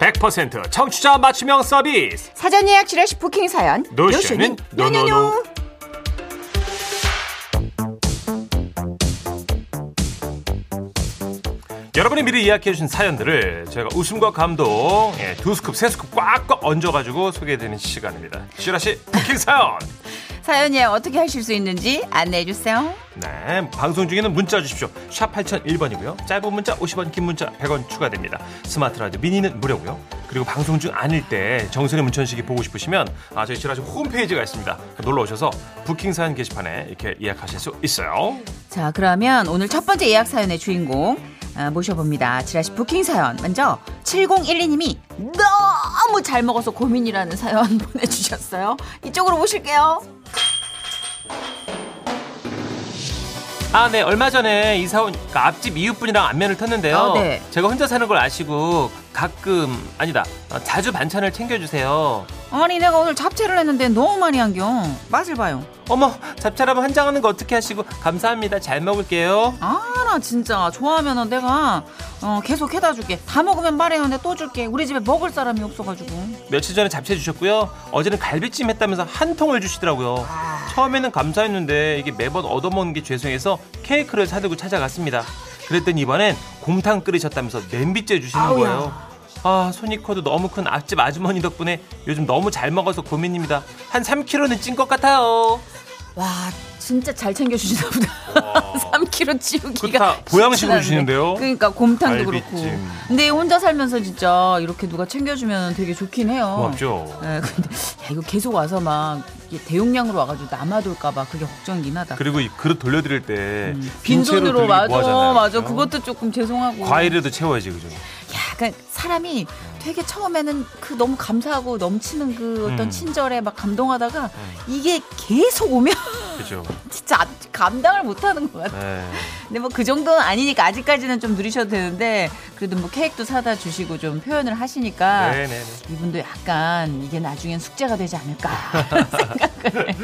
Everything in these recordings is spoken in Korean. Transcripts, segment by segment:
100% 청취자 맞춤형 서비스 사전 예약 지라시 부킹 사연 노쇼는 노노노. 노노노 여러분이 미리 예약해 주신 사연들을 저희가 웃음과 감동 예, 두 스쿱 세 스쿱 꽉꽉 얹어가지고 소개해드리는 시간입니다 시라씨 부킹 사연 사연 예약 어떻게 하실 수 있는지 안내해 주세요. 네, 방송 중에는 문자 주십시오. 샵 8001번이고요. 짧은 문자 50원, 긴 문자 100원 추가됩니다. 스마트 라디오 미니는 무료고요. 그리고 방송 중 아닐 때 정선의 문천식이 보고 싶으시면 아, 저희 지라시 홈페이지가 있습니다. 놀러 오셔서 부킹 사연 게시판에 이렇게 예약하실 수 있어요. 자, 그러면 오늘 첫 번째 예약 사연의 주인공 아, 모셔봅니다. 지라시 부킹 사연. 먼저 7012님이 너무 잘 먹어서 고민이라는 사연 보내주셨어요. 이쪽으로 모실게요. 아, 네. 얼마 전에 이사 온 그러니까 앞집 이웃분이랑 안면을 텄는데요. 아, 네. 제가 혼자 사는 걸 아시고 가끔 아니다. 아, 자주 반찬을 챙겨 주세요. 아니, 내가 오늘 잡채를 했는데 너무 많이 한겨. 맛을 봐요. 어머, 잡채라면 한장 하는 거 어떻게 하시고 감사합니다. 잘 먹을게요. 아 나 진짜 좋아하면 내가 어, 계속 해다 줄게 다 먹으면 말해요 내가 또 줄게 우리 집에 먹을 사람이 없어가지고 며칠 전에 잡채 주셨고요. 어제는 갈비찜 했다면서 한 통을 주시더라고요. 아. 처음에는 감사했는데 이게 매번 얻어먹는 게 죄송해서 케이크를 사들고 찾아갔습니다. 그랬더니 이번엔 곰탕 끓이셨다면서 냄비째 주시는 거예요. 아 손이 커도 너무 큰 앞집 아주머니 덕분에 요즘 너무 잘 먹어서 고민입니다. 한 3kg는 찐 것 같아요. 와 진짜 잘 챙겨주시나 보다 3kg 그렇다. 찌우기가 쉽진 보양식으로 않네. 주시는데요? 그러니까 곰탕도 갈비찜. 그렇고 근데 혼자 살면서 진짜 이렇게 누가 챙겨주면 되게 좋긴 해요 고맙죠. 예, 근데 야, 이거 계속 와서 막 이게 대용량으로 와가지고 남아돌까봐 그게 걱정이긴 하다 그리고 이 그릇 돌려드릴 때 음. 빈손으로 뭐 맞아 하잖아요. 맞아 그죠? 그것도 조금 죄송하고 과일에도 채워야지 그죠? 약간 사람이 되게 처음에는 그 너무 감사하고 넘치는 그 어떤 음. 친절에 막 감동하다가 이게 계속 오면 그죠? 진짜 아- 감당을 못하는 것 같아. 네. 근데 뭐 그 정도는 아니니까 아직까지는 좀 누리셔도 되는데 그래도 뭐 케이크도 사다 주시고 좀 표현을 하시니까 네네네. 이분도 약간 이게 나중엔 숙제가 되지 않을까 생각을. 해.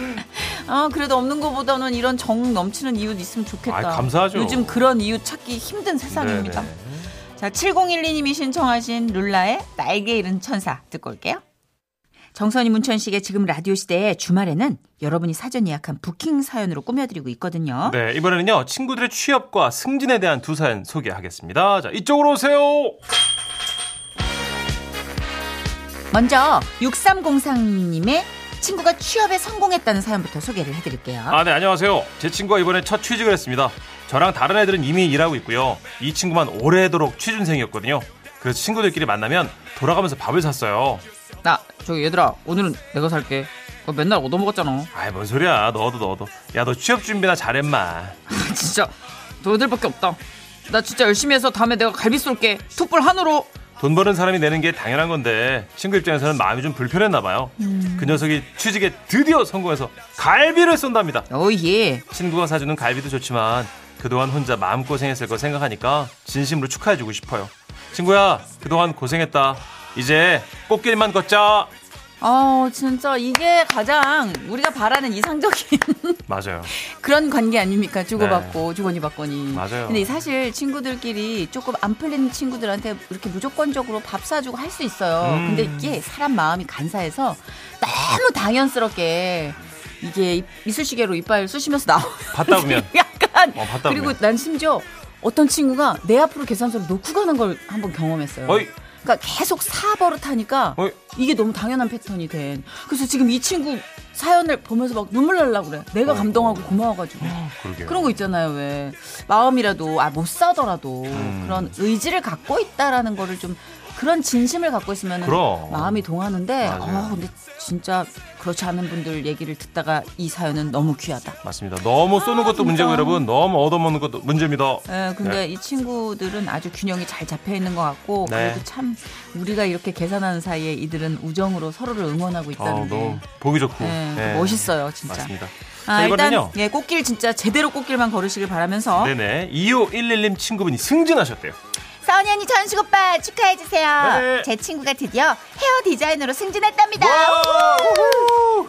어 그래도 없는 것보다는 이런 정 넘치는 이웃 있으면 좋겠다. 아이, 감사하죠. 요즘 그런 이웃 찾기 힘든 세상입니다. 네네. 자, 7012님이 신청하신 룰라의 날개 잃은 천사 듣고 올게요. 정선이 문천식의 지금 라디오 시대에 주말에는 여러분이 사전 예약한 부킹 사연으로 꾸며드리고 있거든요. 네, 이번에는요, 친구들의 취업과 승진에 대한 두 사연 소개하겠습니다. 자, 이쪽으로 오세요! 먼저 6303님의 친구가 취업에 성공했다는 사연부터 소개를 해드릴게요. 아, 네, 안녕하세요. 제 친구가 이번에 첫 취직을 했습니다. 저랑 다른 애들은 이미 일하고 있고요. 이 친구만 오래도록 취준생이었거든요. 그래서 친구들끼리 만나면 돌아가면서 밥을 샀어요. 나 저기 얘들아 오늘은 내가 살게. 그거 맨날 얻어먹었잖아. 아이, 뭔 소리야. 너도, 너도. 야, 너 취업 준비나 잘했마. 진짜 너희들밖에 없다. 나 진짜 열심히 해서 다음에 내가 갈비 쏠게. 툭불 한우로. 돈 버는 사람이 내는 게 당연한 건데, 친구 입장에서는 마음이 좀 불편했나 봐요. 그 녀석이 취직에 드디어 성공해서 갈비를 쏜답니다. 오예. 친구가 사주는 갈비도 좋지만 그동안 혼자 마음고생했을 거 생각하니까 진심으로 축하해주고 싶어요. 친구야, 그동안 고생했다. 이제 꽃길만 걷자. 어, 진짜 이게 가장 우리가 바라는 이상적인 맞아요. 그런 관계 아닙니까? 주고받고 주거니 받거니. 네. 맞아요. 근데 사실 친구들끼리 조금 안 풀리는 친구들한테 이렇게 무조건적으로 밥 사주고 할 수 있어요. 음. 근데 이게 사람 마음이 간사해서 너무 당연스럽게 이게 이- 이쑤시개로 이빨 쑤시면서 나오는 받다 보면. 약간 어, 받다 그리고 보면. 난 심지어 어떤 친구가 내 앞으로 계산서를 놓고 가는 걸 한번 경험했어요. 어이. 그러니까 계속 사버릇 하니까 어이. 이게 너무 당연한 패턴이 된. 그래서 지금 이 친구 사연을 보면서 막 눈물 날라 그래. 내가 어이구. 감동하고 고마워가지고. 그러게요. 그런 거 있잖아요, 왜. 마음이라도, 아, 못 사더라도 음. 그런 의지를 갖고 있다라는 거를 좀 그런 진심을 갖고 있으면 그럼. 마음이 동하는데, 맞아요. 어, 근데 진짜 그렇지 않은 분들 얘기를 듣다가 이 사연은 너무 귀하다. 맞습니다. 아, 너무 쏘는 것도 문제고 여러분, 너무 얻어먹는 것도 문제입니다. 예, 근데 이 친구들은 아주 균형이 잘 잡혀 있는 것 같고 네. 그래도 참 우리가 이렇게 계산하는 사이에 이들은 우정으로 서로를 응원하고 어, 있다는 게 너무 보기 좋고. 예, 네. 네. 멋있어요, 진짜. 맞습니다. 아, 자, 일단 이번에는요. 예, 꽃길 진짜 제대로 꽃길만 걸으시길 바라면서 네네. 2511님 친구분이 승진하셨대요. 서은이 언니 전식 오빠 축하해 주세요. 네. 제 친구가 드디어 헤어 디자이너로 승진했답니다.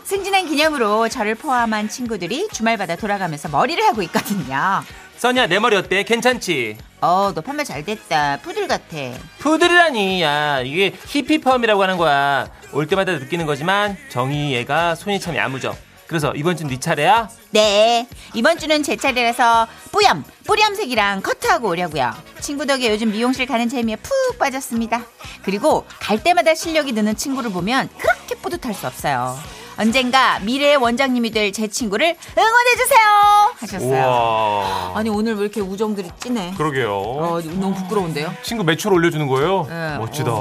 승진한 기념으로 저를 포함한 친구들이 주말마다 돌아가면서 머리를 하고 있거든요. 써니야 내 머리 어때? 괜찮지? 어, 너 판매 잘 됐다. 푸들 같아. 푸들이라니 야 이게 히피펌이라고 하는 거야 올 때마다 느끼는 거지만 정이 얘가 손이 참 야무져 그래서 이번 주네 차례야 네. 이번 주는 제 차례라서 뿌염, 뿌염색이랑 커트하고 오려고요. 친구 덕에 요즘 미용실 가는 재미에 푹 빠졌습니다. 그리고 갈 때마다 실력이 느는 친구를 보면 그렇게 뿌듯할 수 없어요. 언젠가 미래의 원장님이 될 제 친구를 응원해주세요! 하셨어요. 우와 아니, 오늘 왜 이렇게 우정들이 진해? 그러게요 어, 너무 부끄러운데요? 친구 매출 올려주는 거예요? 어. 네, 멋지다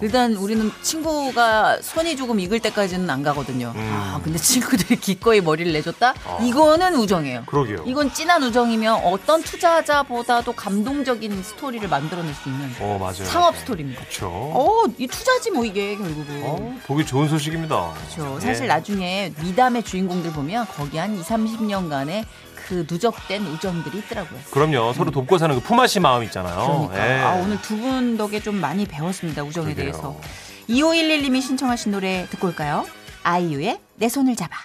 일단 우리는 친구가 손이 조금 익을 때까지는 안 가거든요. 음. 아, 근데 친구들이 기꺼이 머리를 내줬다? 어. 이거는 우정이에요. 그러게요 이건 진한 우정이면 어떤 투자자보다도 감동적인 스토리를 만들어낼 수 있는 어 맞아요 상업 스토리입니다. 그렇죠 어, 이 투자지 뭐 이게 결국은. 어, 보기 좋은 소식입니다 그렇죠. 예. 사실 나중에 미담의 주인공들 보면 거기 한 2, 30년간의 그 누적된 우정들이 있더라고요. 그럼요 서로 돕고 사는 그 품앗이 마음 있잖아요 그러니까 예. 아, 오늘 두 분 덕에 좀 많이 배웠습니다. 우정에 그러게요. 대해서. 2511님이 신청하신 노래 듣고 올까요? 아이유의 내 손을 잡아.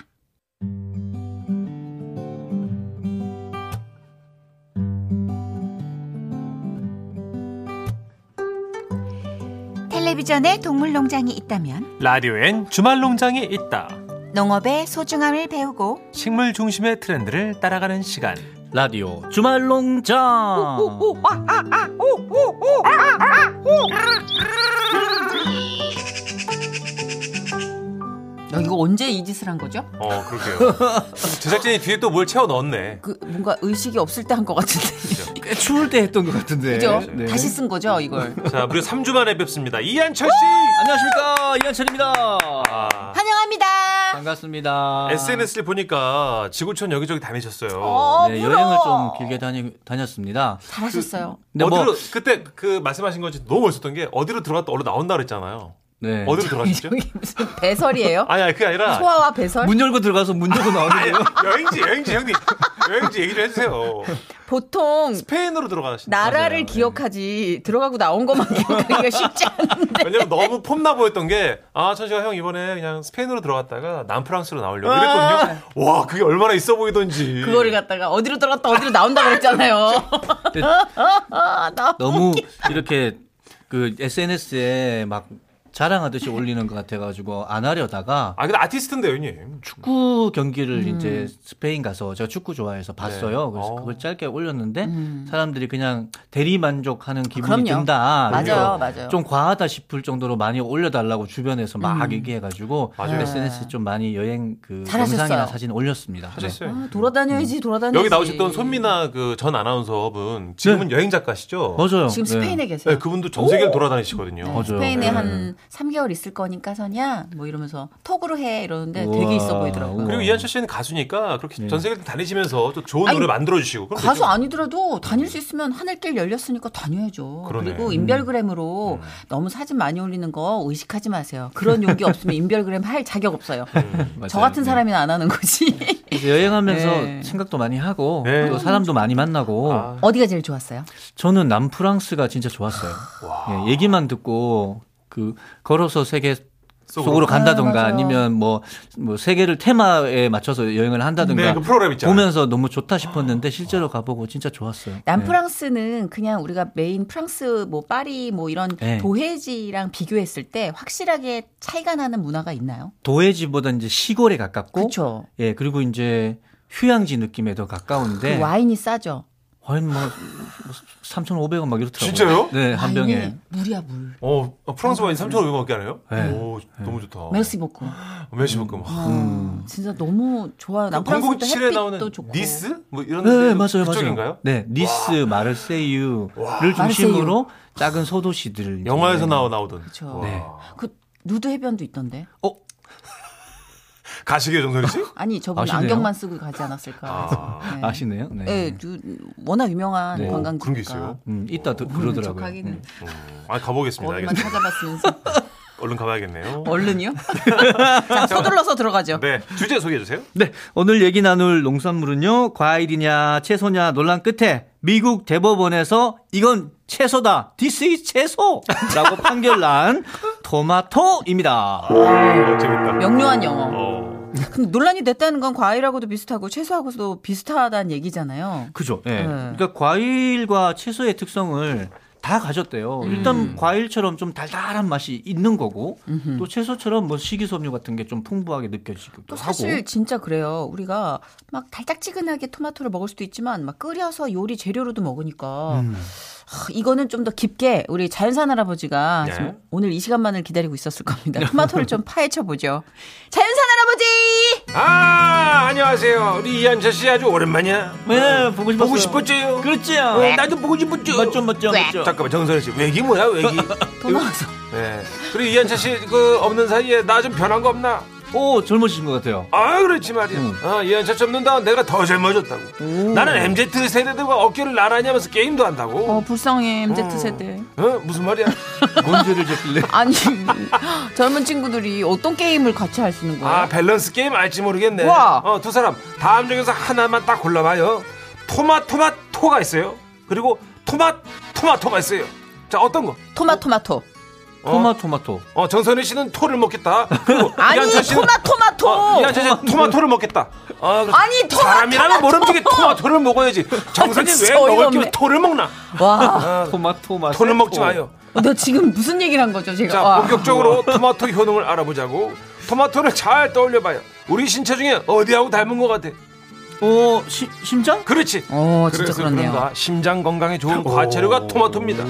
텔레비전에 동물농장이 있다면 라디오엔 주말 농장이 있다 농업의 소중함을 배우고 식물 중심의 트렌드를 따라가는 시간 라디오 주말 농장 너 이거 언제 이 짓을 한 거죠? 어 그러게요 제작진이 뒤에 또 뭘 채워 넣었네 그 뭔가 의식이 없을 때 한 것 네, 같은데. 꽤 네, 추울 때 했던 것 같은데 그죠? 네. 다시 쓴 거죠, 이걸. 자, 무려 3주 만에 뵙습니다. 이한철 씨! 안녕하십니까 이한철입니다 아, 환영합니다. 반갑습니다 SNS를 보니까 지구촌 여기저기 다니셨어요. 어, 네, 부러워. 여행을 좀 길게 다니, 다녔습니다 잘하셨어요. 근데 어디로, 뭐- 그때 그 말씀하신 건지 너무 멋있었던 게 어디로 들어갔다 어디로 나온다 그랬잖아요. 네. 어디로 들어갔죠? 저기 무슨 배설이에요? 아니, 아니, 그게 아니라 소화와 배설? 문 열고 들어가서 문 열고 나오는 거예요 여행지, 여행지, 형님. 여행지 얘기 좀 해주세요. 보통 스페인으로 들어가신 나라를 맞아요. 네. 기억하지 들어가고 나온 것만 기억하기가 쉽지 네. 않은데. 왜냐면 너무 폼나 보였던 게, 아, 천식아 형 이번에 그냥 스페인으로 들어갔다가 남프랑스로 나오려고 아. 이랬거든요. 와, 그게 얼마나 있어 보이던지. 그거를 갖다가 어디로 들어갔다 어디로 나온다 그랬잖아요. 근데 아, 나 너무 이렇게 그 SNS에 막 자랑하듯이 올리는 것 같아가지고 안 하려다가 아, 근데 아티스트인데요, 형님. 축구 경기를 음. 이제 스페인 가서 제가 축구 좋아해서 봤어요. 네. 그래서 어. 그걸 짧게 올렸는데 사람들이 그냥 대리 만족하는 기분이 음. 그럼요. 든다. 맞아요, 그래서 맞아요. 좀 과하다 싶을 정도로 많이 올려달라고 주변에서 막 얘기해가지고 맞아요. SNS 에좀 많이 여행 그 음. 잘하셨어요. 영상이나 사진 올렸습니다. 네. 하셨어요. 아, 돌아다녀야지 돌아다녀야지. 여기 나오셨던 손미나 그 전 아나운서분 지금은 여행 작가시죠? 네. 맞아요. 지금 네. 스페인에 계세요. 네, 그분도 전 세계를 돌아다니시거든요. 맞아요. 스페인에 네. 한 3개월 있을 거니까 선이야 뭐 이러면서 톡으로 해 이러는데 우와, 되게 있어 보이더라고요. 우와. 그리고 이한철 씨는 가수니까 그렇게 네. 전 세계를 다니시면서 또 좋은 아니, 노래 만들어 주시고 가수 아니더라도 다닐 수 있으면 하늘길 열렸으니까 다녀야죠. 그 그러네. 리고 인별그램으로 음. 너무 사진 많이 올리는 거 의식하지 마세요. 그런 용기 없으면 인별그램 할 자격 없어요. 맞아요. 저 같은 네. 사람이 안 하는 거지. 이제 여행하면서 네. 생각도 많이 하고 네. 또 사람도 많이 만나고 아, 어디가 제일 좋았어요? 저는 남프랑스가 진짜 좋았어요. 예, 얘기만 듣고 그 걸어서 세계 속으로, 속으로 간다던가 아, 니면 뭐, 뭐 세계를 테마에 맞춰서 여행을 한다던가 네, 그 프로그램 있잖아요. 보면서 너무 좋다 싶었는데 실제로 가보고 진짜 좋았어요. 예. 남프랑스는 그냥 우리가 메인 프랑스 뭐 파리 뭐 이런 네. 도해지랑 비교했을 때 확실하게 차이가 나는 문화가 있나요? 도해지보다 이제 시골에 가깝고 그렇죠. 예, 그리고 이제 휴양지 느낌에 더 가까운데 그 와인이 싸죠. 와인 뭐 3,500원 막 이렇더라고요. 진짜요? 네, 한 병에. 와인이 물이야 물. 어, 어, 프랑스 와인 3,500원밖에 안 해요? 네. 오, 너무 좋다. 음. 메르시 보고. 메시볶음. 아, 진짜 너무 좋아요. 그 남프랑스도 007에 햇빛도 나오는 좋고. 니스? 뭐 이런 네, 데 네, 맞아요, 그쪽인가요? 맞아요. 네, 니스, 마르세유를 마르세유. 중심으로 작은 소도시들. 이제 영화에서 나오 나오던. 그렇죠. 와. 네. 그 누드 해변도 있던데. 어, 가시게요, 정선이 씨? 어, 아니 저분 아시네요? 안경만 쓰고 가지 않았을까. 아. 네. 아시네요? 네. 네, 누- 워낙 유명한 네. 관광지니까. 그런 게 있어요? 음, 이따 드- 모르는 그러더라고요. 척하기는. 네. 음, 아, 가보겠습니다. 얼른만 알겠습니다. 찾아봤으면서 얼른 가봐야겠네요. 얼른요? 자, 서둘러서 들어가죠. 네, 주제 소개해 주세요. 네, 오늘 얘기 나눌 농산물은요, 과일이냐, 채소냐 논란 끝에 미국 대법원에서 이건 채소다, this is 채소라고 판결난 토마토입니다. 어, 재밌다. 네. 명료한 영어. 어. 근데 논란이 됐다는 건 과일하고도 비슷하고 채소하고도 비슷하다는 얘기잖아요. 그죠. 예. 네. 그러니까 과일과 채소의 특성을 다 가졌대요. 음. 일단 과일처럼 좀 달달한 맛이 있는 거고 또 채소처럼 뭐 식이섬유 같은 게 좀 풍부하게 느껴지기도 뭐 또 사실 하고. 진짜 그래요. 우리가 막 달짝지근하게 토마토를 먹을 수도 있지만 막 끓여서 요리 재료로도 먹으니까 음. 하, 이거는 좀 더 깊게 우리 자연산 할아버지가 네. 지금 오늘 이 시간만을 기다리고 있었을 겁니다. 토마토를 좀 파헤쳐 보죠. 자연산 할아버지! 아 안녕하세요 우리 이한철 씨 아주 오랜만이야 네, 보고 싶었어요. 보고 싶었지요 그렇지요. 어, 나도 보고 싶었죠 멋져 멋져 멋져. 잠깐만 정선혜 씨 외기 뭐야 외기 도망서 네. 그리고 이한철 씨그 없는 사이에 나 좀 변한 거 없나 오 젊어지신 것 같아요. 아 그렇지 말이야 음. 어, 이한철 씨 없는 동안 내가 더 젊어졌다고 나는 MZ 세대들과 어깨를 나란히 하면서 게임도 한다고 어, 불쌍해, 어. 네. MZ 세대. 어, 무슨 말이야 뭔 죄를 졌길래? 아니, 젊은 친구들이 어떤 게임을 같이 할 수 있는 거예요? 아 밸런스 게임 알지 모르겠네 와. 어, 두 사람 다음 중에서 하나만 딱 골라봐요 토마토마토가 있어요 그리고 토마토마토가 있어요 자 어떤 거 토마토마토. 어. 토마토마토. 어, 정선희 씨는 토를 먹겠다. 그리고 아니, 이한철 씨는 토마토마토! 어, 이한철 씨는 토마토를 먹겠다. 아, 그래서 아니, 토마토마토! 사람이라면 모름지게 토마토를 먹어야지. 정선이 왜 진짜 먹을 어이없네. 길 토를 먹나? 아, 와. 토마토마토. 토는 아, 먹지 마요. 어, 나 지금 무슨 얘기를 한 거죠, 제가? 자, 와. 본격적으로 토마토 효능을 알아보자고. 토마토를 잘 떠올려봐요. 우리 신체 중에 어디하고 닮은 것 같아? 오 시, 심장? 그렇지. 어, 진짜 그래서 그렇네요. 그런가 심장 건강에 좋은 과채류가 토마토입니다.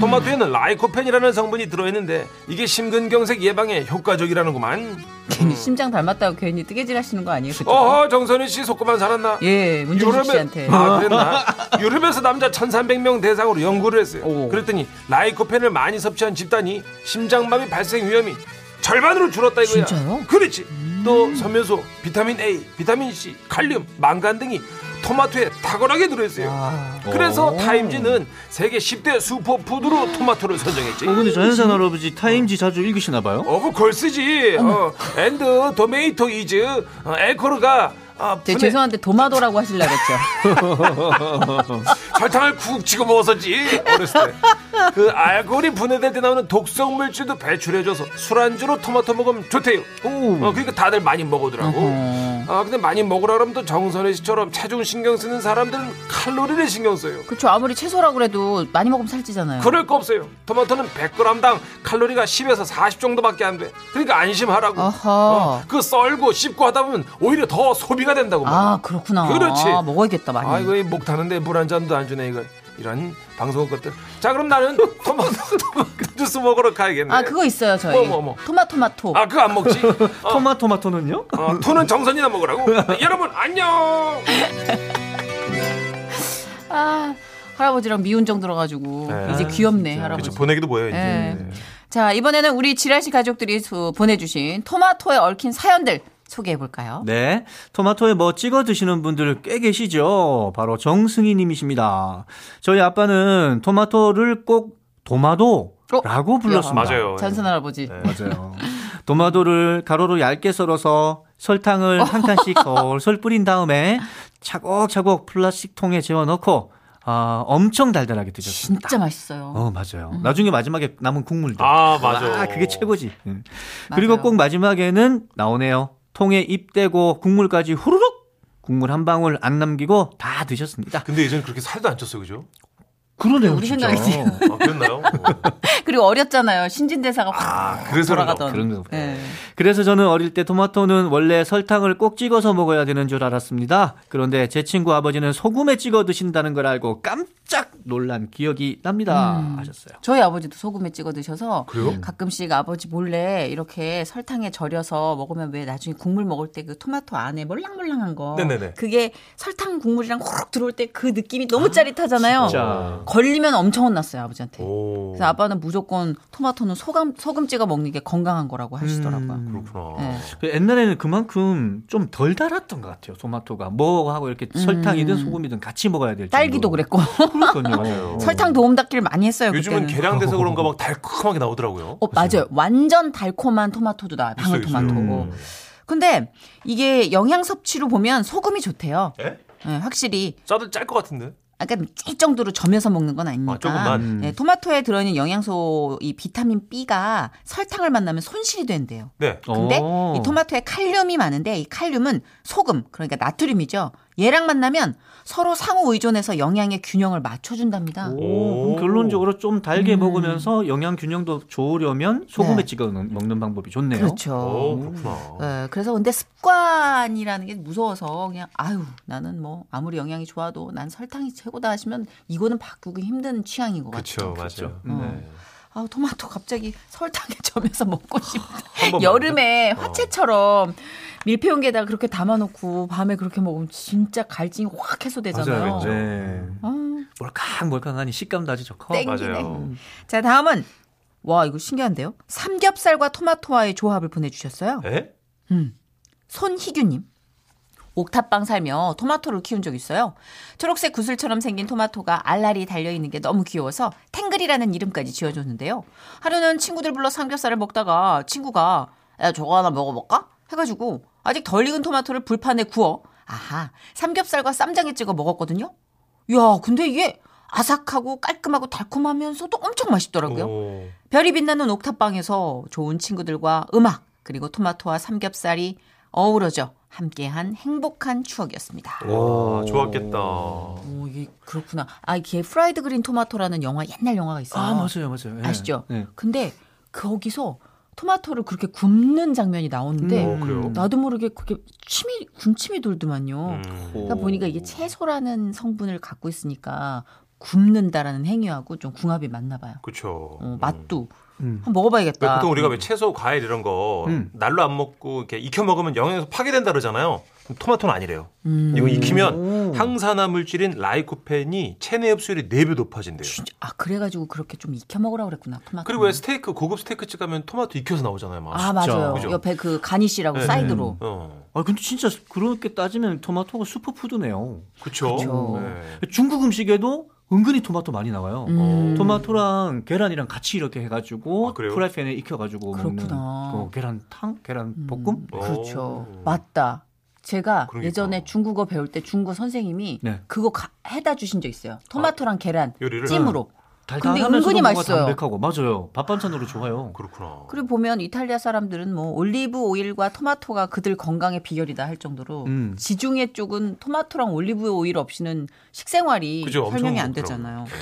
토마토에는 라이코펜이라는 성분이 들어있는데 이게 심근경색 예방에 효과적이라는구만. 괜히 심장 닮았다고 괜히 뜨개질 하시는 거 아니에요? 그쵸? 음. 어허 정선희 씨 속고만 살았나? 예, 문준식 씨한테. 아 그랬나? 유럽에서 남자 1,300명 대상으로 연구를 했어요. 오. 그랬더니 라이코펜을 많이 섭취한 집단이 심장마비 발생 위험이 절반으로 줄었다 이거야. 진짜요? 음. 그렇지. 또 섬유소, 비타민 A, 비타민 C, 칼륨, 망간 등이 토마토에 탁월하게 들어있어요. 아. 그래서 오. 타임지는 세계 10대 슈퍼푸드로 토마토를 선정했지. 어, 오 근데 자연산 할아버지 타임지 자주 읽으시나 봐요? 어브 걸스지. 어, 앤드 토메이토 이즈 어, 에코르가 아, 제 분해- 죄송한데 도마도라고 하시려고 했죠. 설탕을 쿡 찍어 먹었었지 어렸을 때그 알코올이 분해될 때 나오는 독성 물질도 배출해줘서 술안주로 토마토 먹으면 좋대요 오. 어, 그러니까 다들 많이 먹으더라고 어허. 아 근데 많이 먹으라 그러면 또 정선혜 씨처럼 체중 신경 쓰는 사람들은 칼로리를 신경 써요 그쵸, 아무리 채소라고 해도 많이 먹으면 살찌잖아요. 그럴 거 없어요 토마토는 100g당 칼로리가 10에서 40 정도밖에 안돼 그러니까 안심하라고 어허. 어, 그 썰고 씹고 하다 보면 오히려 더 소비가 된다고 아, 그렇구나. 그렇지. 아, 먹어야겠다, 많이. 아이고 이 목 타는데 물 한 잔도 안 주네 이걸 이런 방송 것들 자 그럼 나는 토마토 토마토 주스 먹으러 가야겠네 아, 그거 있어요, 저희. 어머, 어머. 토마토마토. 아, 그거 안 먹지 어, 토마토마토는요? 어, 토는 정선이나 먹으라고 네, 여러분 안녕 아, 할아버지랑 미운 정 들어가지고. 네. 이제 귀엽네, 할아버지. 보내기도 뭐예요 이제 예. 자, 이번에는 우리 지라시 가족들이 수- 보내주신 토마토에 얽힌 사연들 소개해볼까요? 네. 토마토에 뭐 찍어 드시는 분들 꽤 계시죠? 바로 정승희 님이십니다. 저희 아빠는 토마토를 꼭 도마도라고 불렀습니다. 어? 맞아요 네. 전선 할아버지. 맞아요. 도마도를 가로로 얇게 썰어서 설탕을 한 칸씩 솔솔 뿌린 다음에 차곡차곡 플라스틱 통에 재워 넣고 아, 엄청 달달하게 드셨습니다. 진짜 맛있어요. 어 맞아요. 나중에 마지막에 남은 국물들. 아, 맞아. 아, 그게 최고지. 응. 그리고 꼭 마지막에는 나오네요. 통에 입 대고 국물까지 후루룩 국물 한 방울 안 남기고 다 드셨습니다. 근데 예전에 그렇게 살도 안 쪘어요 그죠? 그러네요. 우리 생각이지. 아, 그랬나요? 그리고 어렸잖아요. 신진대사가 확 그래서 그런가 돌아가던. 그런가 보다. 예. 그래서 저는 어릴 때 토마토는 원래 설탕을 꼭 찍어서 먹어야 되는 줄 알았습니다. 그런데 제 친구 아버지는 소금에 찍어 드신다는 걸 알고 깜짝 놀란 기억이 납니다. 하셨어요. 저희 아버지도 소금에 찍어 드셔서 그래요? 가끔씩 아버지 몰래 이렇게 설탕에 절여서 먹으면 왜 나중에 국물 먹을 때 그 토마토 안에 몰랑몰랑한 거 네네네. 그게 설탕 국물이랑 확 들어올 때 그 느낌이 너무 짜릿하잖아요. 진짜. 걸리면 엄청 혼났어요 아버지한테. 오 그래서 아빠는 무조건 토마토는 소감, 소금 찍어 먹는 게 건강한 거라고 하시더라고요. 음. 그렇구나 네. 그 옛날에는 그만큼 좀 덜 달았던 것 같아요. 토마토가 뭐하고 이렇게 설탕이든 소금이든 같이 먹어야 될 음. 정도. 딸기도 그랬고 그러니까요. 설탕 도움 닫기를 많이 했어요. 요즘은 그때는. 계량돼서 그런가 막 달콤하게 나오더라고요 어, 맞아요. 완전 달콤한 토마토도 나와요. 그렇죠. 있어요, 음. 방울 토마토고. 있어요. 근데 이게 영양 섭취로 보면 소금이 좋대요. 예? 예, 확실히 짜도 짤 것 같은데 아까 찔 정도로 점여서 먹는 건 아니니까. 어, 조금만. 네, 토마토에 들어있는 영양소 이 비타민 B가 설탕을 만나면 손실이 된대요. 네. 근데 오. 이 토마토에 칼륨이 많은데 이 칼륨은 소금 그러니까 나트륨이죠. 얘랑 만나면 서로 상호 의존해서 영양의 균형을 맞춰준답니다. 오, 그럼 결론적으로 좀 달게 먹으면서 영양 균형도 좋으려면 소금에 음. 네. 찍어 먹는 방법이 좋네요. 그렇죠. 오, 어, 그렇구나. 예, 그래서 근데 습관이라는 게 무서워서 그냥 아유 나는 뭐 아무리 영양이 좋아도 난 설탕이 최고다 하시면 이거는 바꾸기 힘든 취향인 것 같아요. 그렇죠. 맞아요. 네. 아 토마토 갑자기 설탕에 점해서 먹고 싶다. 한 번만 여름에 어. 화채처럼 밀폐용기에다가 그렇게 담아놓고 밤에 그렇게 먹으면 진짜 갈증이 확 해소되잖아요. 맞아요, 그렇죠. 네. 아, 몰캉몰캉하니 식감도 아주 좋고. 땡. 맞아요. 자 다음은 와 이거 신기한데요. 삼겹살과 토마토와의 조합을 보내주셨어요. 에? 손희규님. 옥탑방 살며 토마토를 키운 적 있어요. 초록색 구슬처럼 생긴 토마토가 알알이 달려있는 게 너무 귀여워서 탱글이라는 이름까지 지어줬는데요. 하루는 친구들 불러 삼겹살을 먹다가 친구가 야, 저거 하나 먹어볼까? 해가지고 아직 덜 익은 토마토를 불판에 구워 아하 삼겹살과 쌈장에 찍어 먹었거든요. 이야 근데 이게 아삭하고 깔끔하고 달콤하면서도 엄청 맛있더라고요. 오. 별이 빛나는 옥탑방에서 좋은 친구들과 음악 그리고 토마토와 삼겹살이 어우러져 함께한 행복한 추억이었습니다. 와, 좋았겠다. 오, 이게 그렇구나. 아, 이게 프라이드 그린 토마토라는 영화 옛날 영화가 있어요. 네. 아 맞아요, 맞아요. 예. 시죠 예. 근데 거기서 토마토를 그렇게 굽는 장면이 나오는데 어, 그래요? 나도 모르게 그게 침이 군침이 돌더만요. 음. 그러니까 보니까 이게 채소라는 성분을 갖고 있으니까 굽는다라는 행위하고 좀 궁합이 맞나 봐요. 그렇죠. 어, 맛도 아, 음. 음. 한번 먹어봐야겠다. 왜 보통 우리가 왜 채소, 과일 이런 거 음. 날로 안 먹고 이렇게 익혀 먹으면 영양소 파괴된다 그러잖아요. 그럼 토마토는 아니래요. 음. 이거 익히면 항산화 물질인 라이코펜이 체내 흡수율이 4배 높아진대요. 진짜- 아 그래가지고 그렇게 좀 익혀 먹으라 아, 그랬구나 토마토. 그리고 왜 스테이크 고급 스테이크집 가면 토마토 익혀서 나오잖아요. 막. 아 맞아요. 그죠? 옆에 그 가니쉬라고 네. 사이드로. 어. 아 근데 진짜 그렇게 따지면 토마토가 슈퍼푸드네요. 그렇죠. 그쵸. 중국 음식에도 은근히 토마토 많이 나와요. 어. 음. 토마토랑 계란이랑 같이 이렇게 해가지고 아, 그래요? 프라이팬에 익혀가지고 그렇구나. 먹는 그 계란탕, 계란 볶음. 어. 그렇죠. 맞다. 제가 그러니까. 예전에 중국어 배울 때 중국어 선생님이 네. 그거 가- 해다 주신 적 있어요. 토마토랑 계란 아, 요리를 네. 찜으로. 달달하면서도 은근히 뭔가 맛있어요. 담백하고 맞아요. 밥 반찬으로 좋아요. 그렇구나. 그리고 보면 이탈리아 사람들은 뭐 올리브 오일과 토마토가 그들 건강의 비결이다 할 정도로 음. 지중해 쪽은 토마토랑 올리브 오일 없이는 식생활이 그죠, 엄청 설명이 안 그렇더라고요. 되잖아요. 예.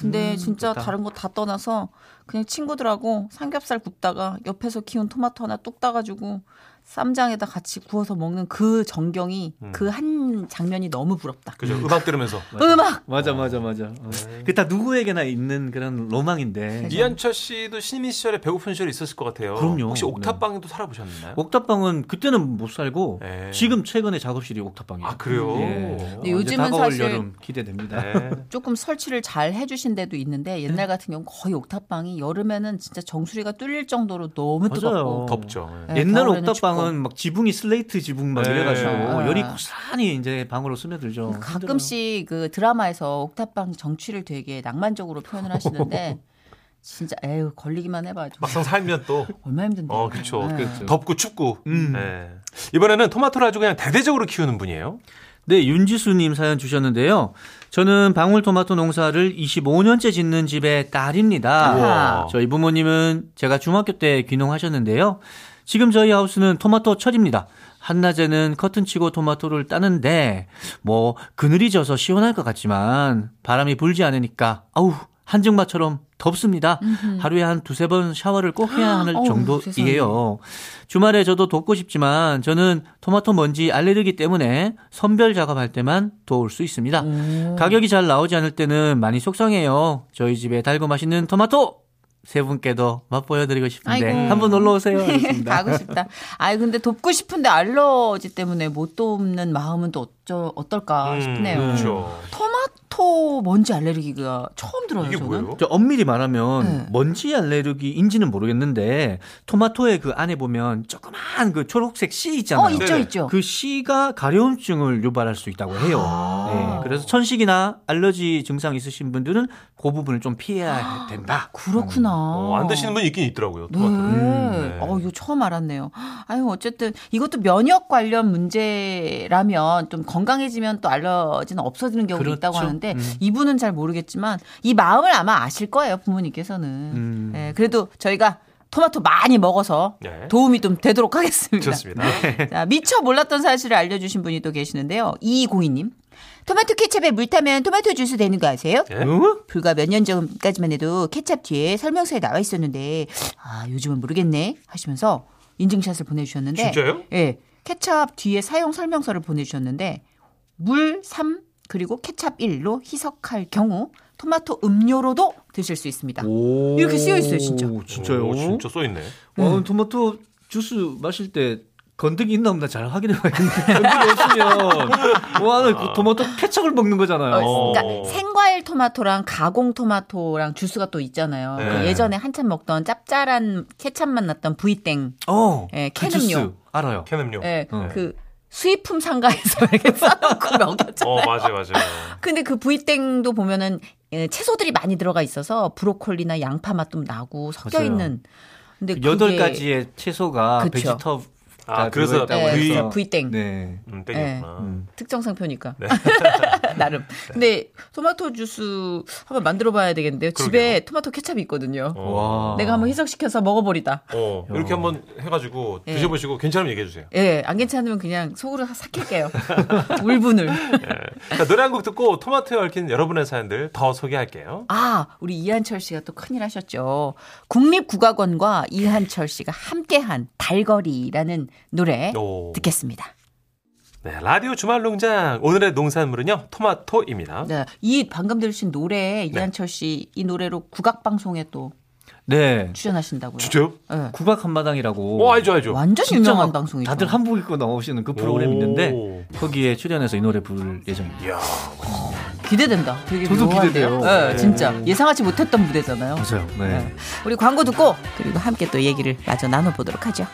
근데 진짜 좋다. 다른 거 다 떠나서 그냥 친구들하고 삼겹살 굽다가 옆에서 키운 토마토 하나 뚝 따가지고 쌈장에다 같이 구워서 먹는 그 전경이 그 한 장면이 너무 부럽다. 음. 그죠. 음악 들으면서 음악 맞아, 맞아, 맞아. 어. 어. 그 다 누구에게나 있는 그런 네. 로망인데. 이한철 씨도 신인 시절에 배고픈 시절이 있었을 것 같아요. 그럼요. 혹시 옥탑방에도 살아보셨나요? 옥탑방은 그때는 못 살고 네. 지금 최근에 작업실이 옥탑방이에요. 아 그래요. 예. 근데 어, 요즘은 이제 다가올 사실- 여름 기대됩니다. 네. 조금 설치를 잘 해주신 데도 있는데 옛날 같은 경우 는 거의 옥탑방이 여름에는 진짜 정수리가 뚫릴 정도로 너무 맞아요. 뜨겁고 덥죠. 예. 네, 옛날 겨울에는 옥탑방은 막 지붕이 슬레이트 지붕 막 네. 이래가지고 아. 열이 고스란히 이제 방으로 스며들죠. 가끔씩 그 드라마에서 옥탑방 정취를 되게 낭만적으로 표현을 하시는데 진짜 에휴 걸리기만 해봐요. 막상 살면 또 얼마 힘든데. 어, 그렇죠. 네. 그 덥고 춥고. 예. 이번에는 토마토를 아주 그냥 대대적으로 키우는 분이에요. 네, 윤지수님 사연 주셨는데요. 저는 방울토마토 농사를 25년째 짓는 집의 딸입니다. 우와. 저희 부모님은 제가 중학교 때 귀농하셨는데요. 지금 저희 하우스는 토마토 철입니다. 한낮에는 커튼 치고 토마토를 따는데 뭐 그늘이 져서 시원할 것 같지만 바람이 불지 않으니까 아우 한증마처럼 덥습니다. 하루에 한 두세 번 샤워를 꼭 해야 하는 어우, 정도이에요. 주말에 저도 돕고 싶지만 저는 토마토 먼지 알레르기 때문에 선별 작업할 때만 도울 수 있습니다. 가격이 잘 나오지 않을 때는 많이 속상해요. 저희 집에 달고 맛있는 토마토 세 분께도 맛보여드리고 싶은데 아이고. 한번 놀러 오세요. 하셨습니다. 네, 가고 싶다. 아이 근데 돕고 싶은데 알러지 때문에 못 돕는 마음은 또 어쩌, 어떨까 싶네요. 음, 그렇죠. 토마토 먼지 알레르기가 처음 들어요. 이게 저는. 뭐예요? 저 엄밀히 말하면 네. 먼지 알레르기인지는 모르겠는데 토마토의 그 안에 보면 조그만 그 초록색 씨 있잖아요. 어 있죠 네네. 있죠. 그 씨가 가려움증을 유발할 수 있다고 해요. 네, 그래서 천식이나 알러지 증상 있으신 분들은 그 부분을 좀 피해야 된다. 그렇구나. 어, 안 드시는 분이 있긴 있더라고요. 아. 네. 토마토를. 네. 어, 이거 처음 알았네요. 아유, 어쨌든 이것도 면역 관련 문제라면 좀 건강해지면 또 알러지는 없어지는 경우도 그렇죠. 있다고 하는데 음. 이분은 잘 모르겠지만 이 마음을 아마 아실 거예요 부모님께서는. 음. 예, 그래도 저희가 토마토 많이 먹어서 네. 도움이 좀 되도록 하겠습니다. 좋습니다. 자, 미처 몰랐던 사실을 알려주신 분이 또 계시는데요. 이공이님. 토마토 케첩에 물 타면 토마토 주스 되는 거 아세요? 예. 어? 불과 몇 년 전까지만 해도 케첩 뒤에 설명서에 나와 있었는데 아 요즘은 모르겠네 하시면서 인증샷을 보내주셨는데 진짜요? 예. 케찹 뒤에 사용 설명서를 보내주셨는데 물 3, 그리고 케찹 1로 희석할 경우 토마토 음료로도 드실 수 있습니다. 오. 이렇게 쓰여 있어요, 진짜. 진짜요? 아, 오, 진짜 써 있네. 와, 오늘 토마토 주스 마실 때 건더기 있나 없나 잘 확인해봐야겠네. 건더기 없으면 와, 오늘 그 토마토 케첩을 먹는 거잖아요. 어. 그러니까 생과일 토마토랑 가공 토마토랑 주스가 또 있잖아요. 네. 그 예전에 한참 먹던 짭짤한 케찹만 났던 부이땡. 어, 예, 그 캔음료. 주스 알아요. 캔음료. 예, 어. 그 수입품 상가에서 이렇게 싸놓고 먹였죠. 어 맞아요 맞아요. 근데 그 부이땡도 보면은 예, 채소들이 많이 들어가 있어서 브로콜리나 양파 맛도 나고 섞여 맞아요. 있는. 근데 여덟 그게- 가지의 채소가 그쵸. 베지터 아, 그래서 예, 부이- 그래서 부이땡 네. 음, 땡이었구나. 특정 상표니까 나름. 네. 근데 토마토 주스 한번 만들어봐야 되겠는데요. 집에 토마토 케찹이 있거든요. 어. 와. 내가 한번 희석시켜서 먹어버리다. 어, 이렇게 한번 해가지고 드셔보시고 괜찮으면 얘기해주세요. 예, 안 괜찮으면 그냥 속으로 삭힐게요. 울분을. 자, 노래 한 곡 듣고 토마토에 얽힌 여러분의 사연들 더 소개할게요. 아, 우리 이한철 씨가 또 큰일 하셨죠. 국립국악원과 이한철 씨가 함께한 달거리라는 노래 오. 듣겠습니다. 네, 라디오 주말 농장 오늘의 농산물은요 토마토입니다. 네, 이 방금 들으신 노래 이한철 씨 이 노래로 국악 방송에 또 네. 출연하신다고요. 진짜요? 예. 국악 한마당이라고. 어 알죠 알죠. 완전 진짜 유명한 막 방송이죠. 다들 한복 입고 나오시는 그 프로그램 오. 있는데 거기에 출연해서 이 노래 부를 예정입니다. 이야, 기대된다. 되게 저도 묘한데요? 기대돼요. 네. 예, 진짜 예상하지 못했던 무대잖아요. 맞아요. 네. 우리 광고 듣고 그리고 함께 또 얘기를 마저 나눠보도록 하죠.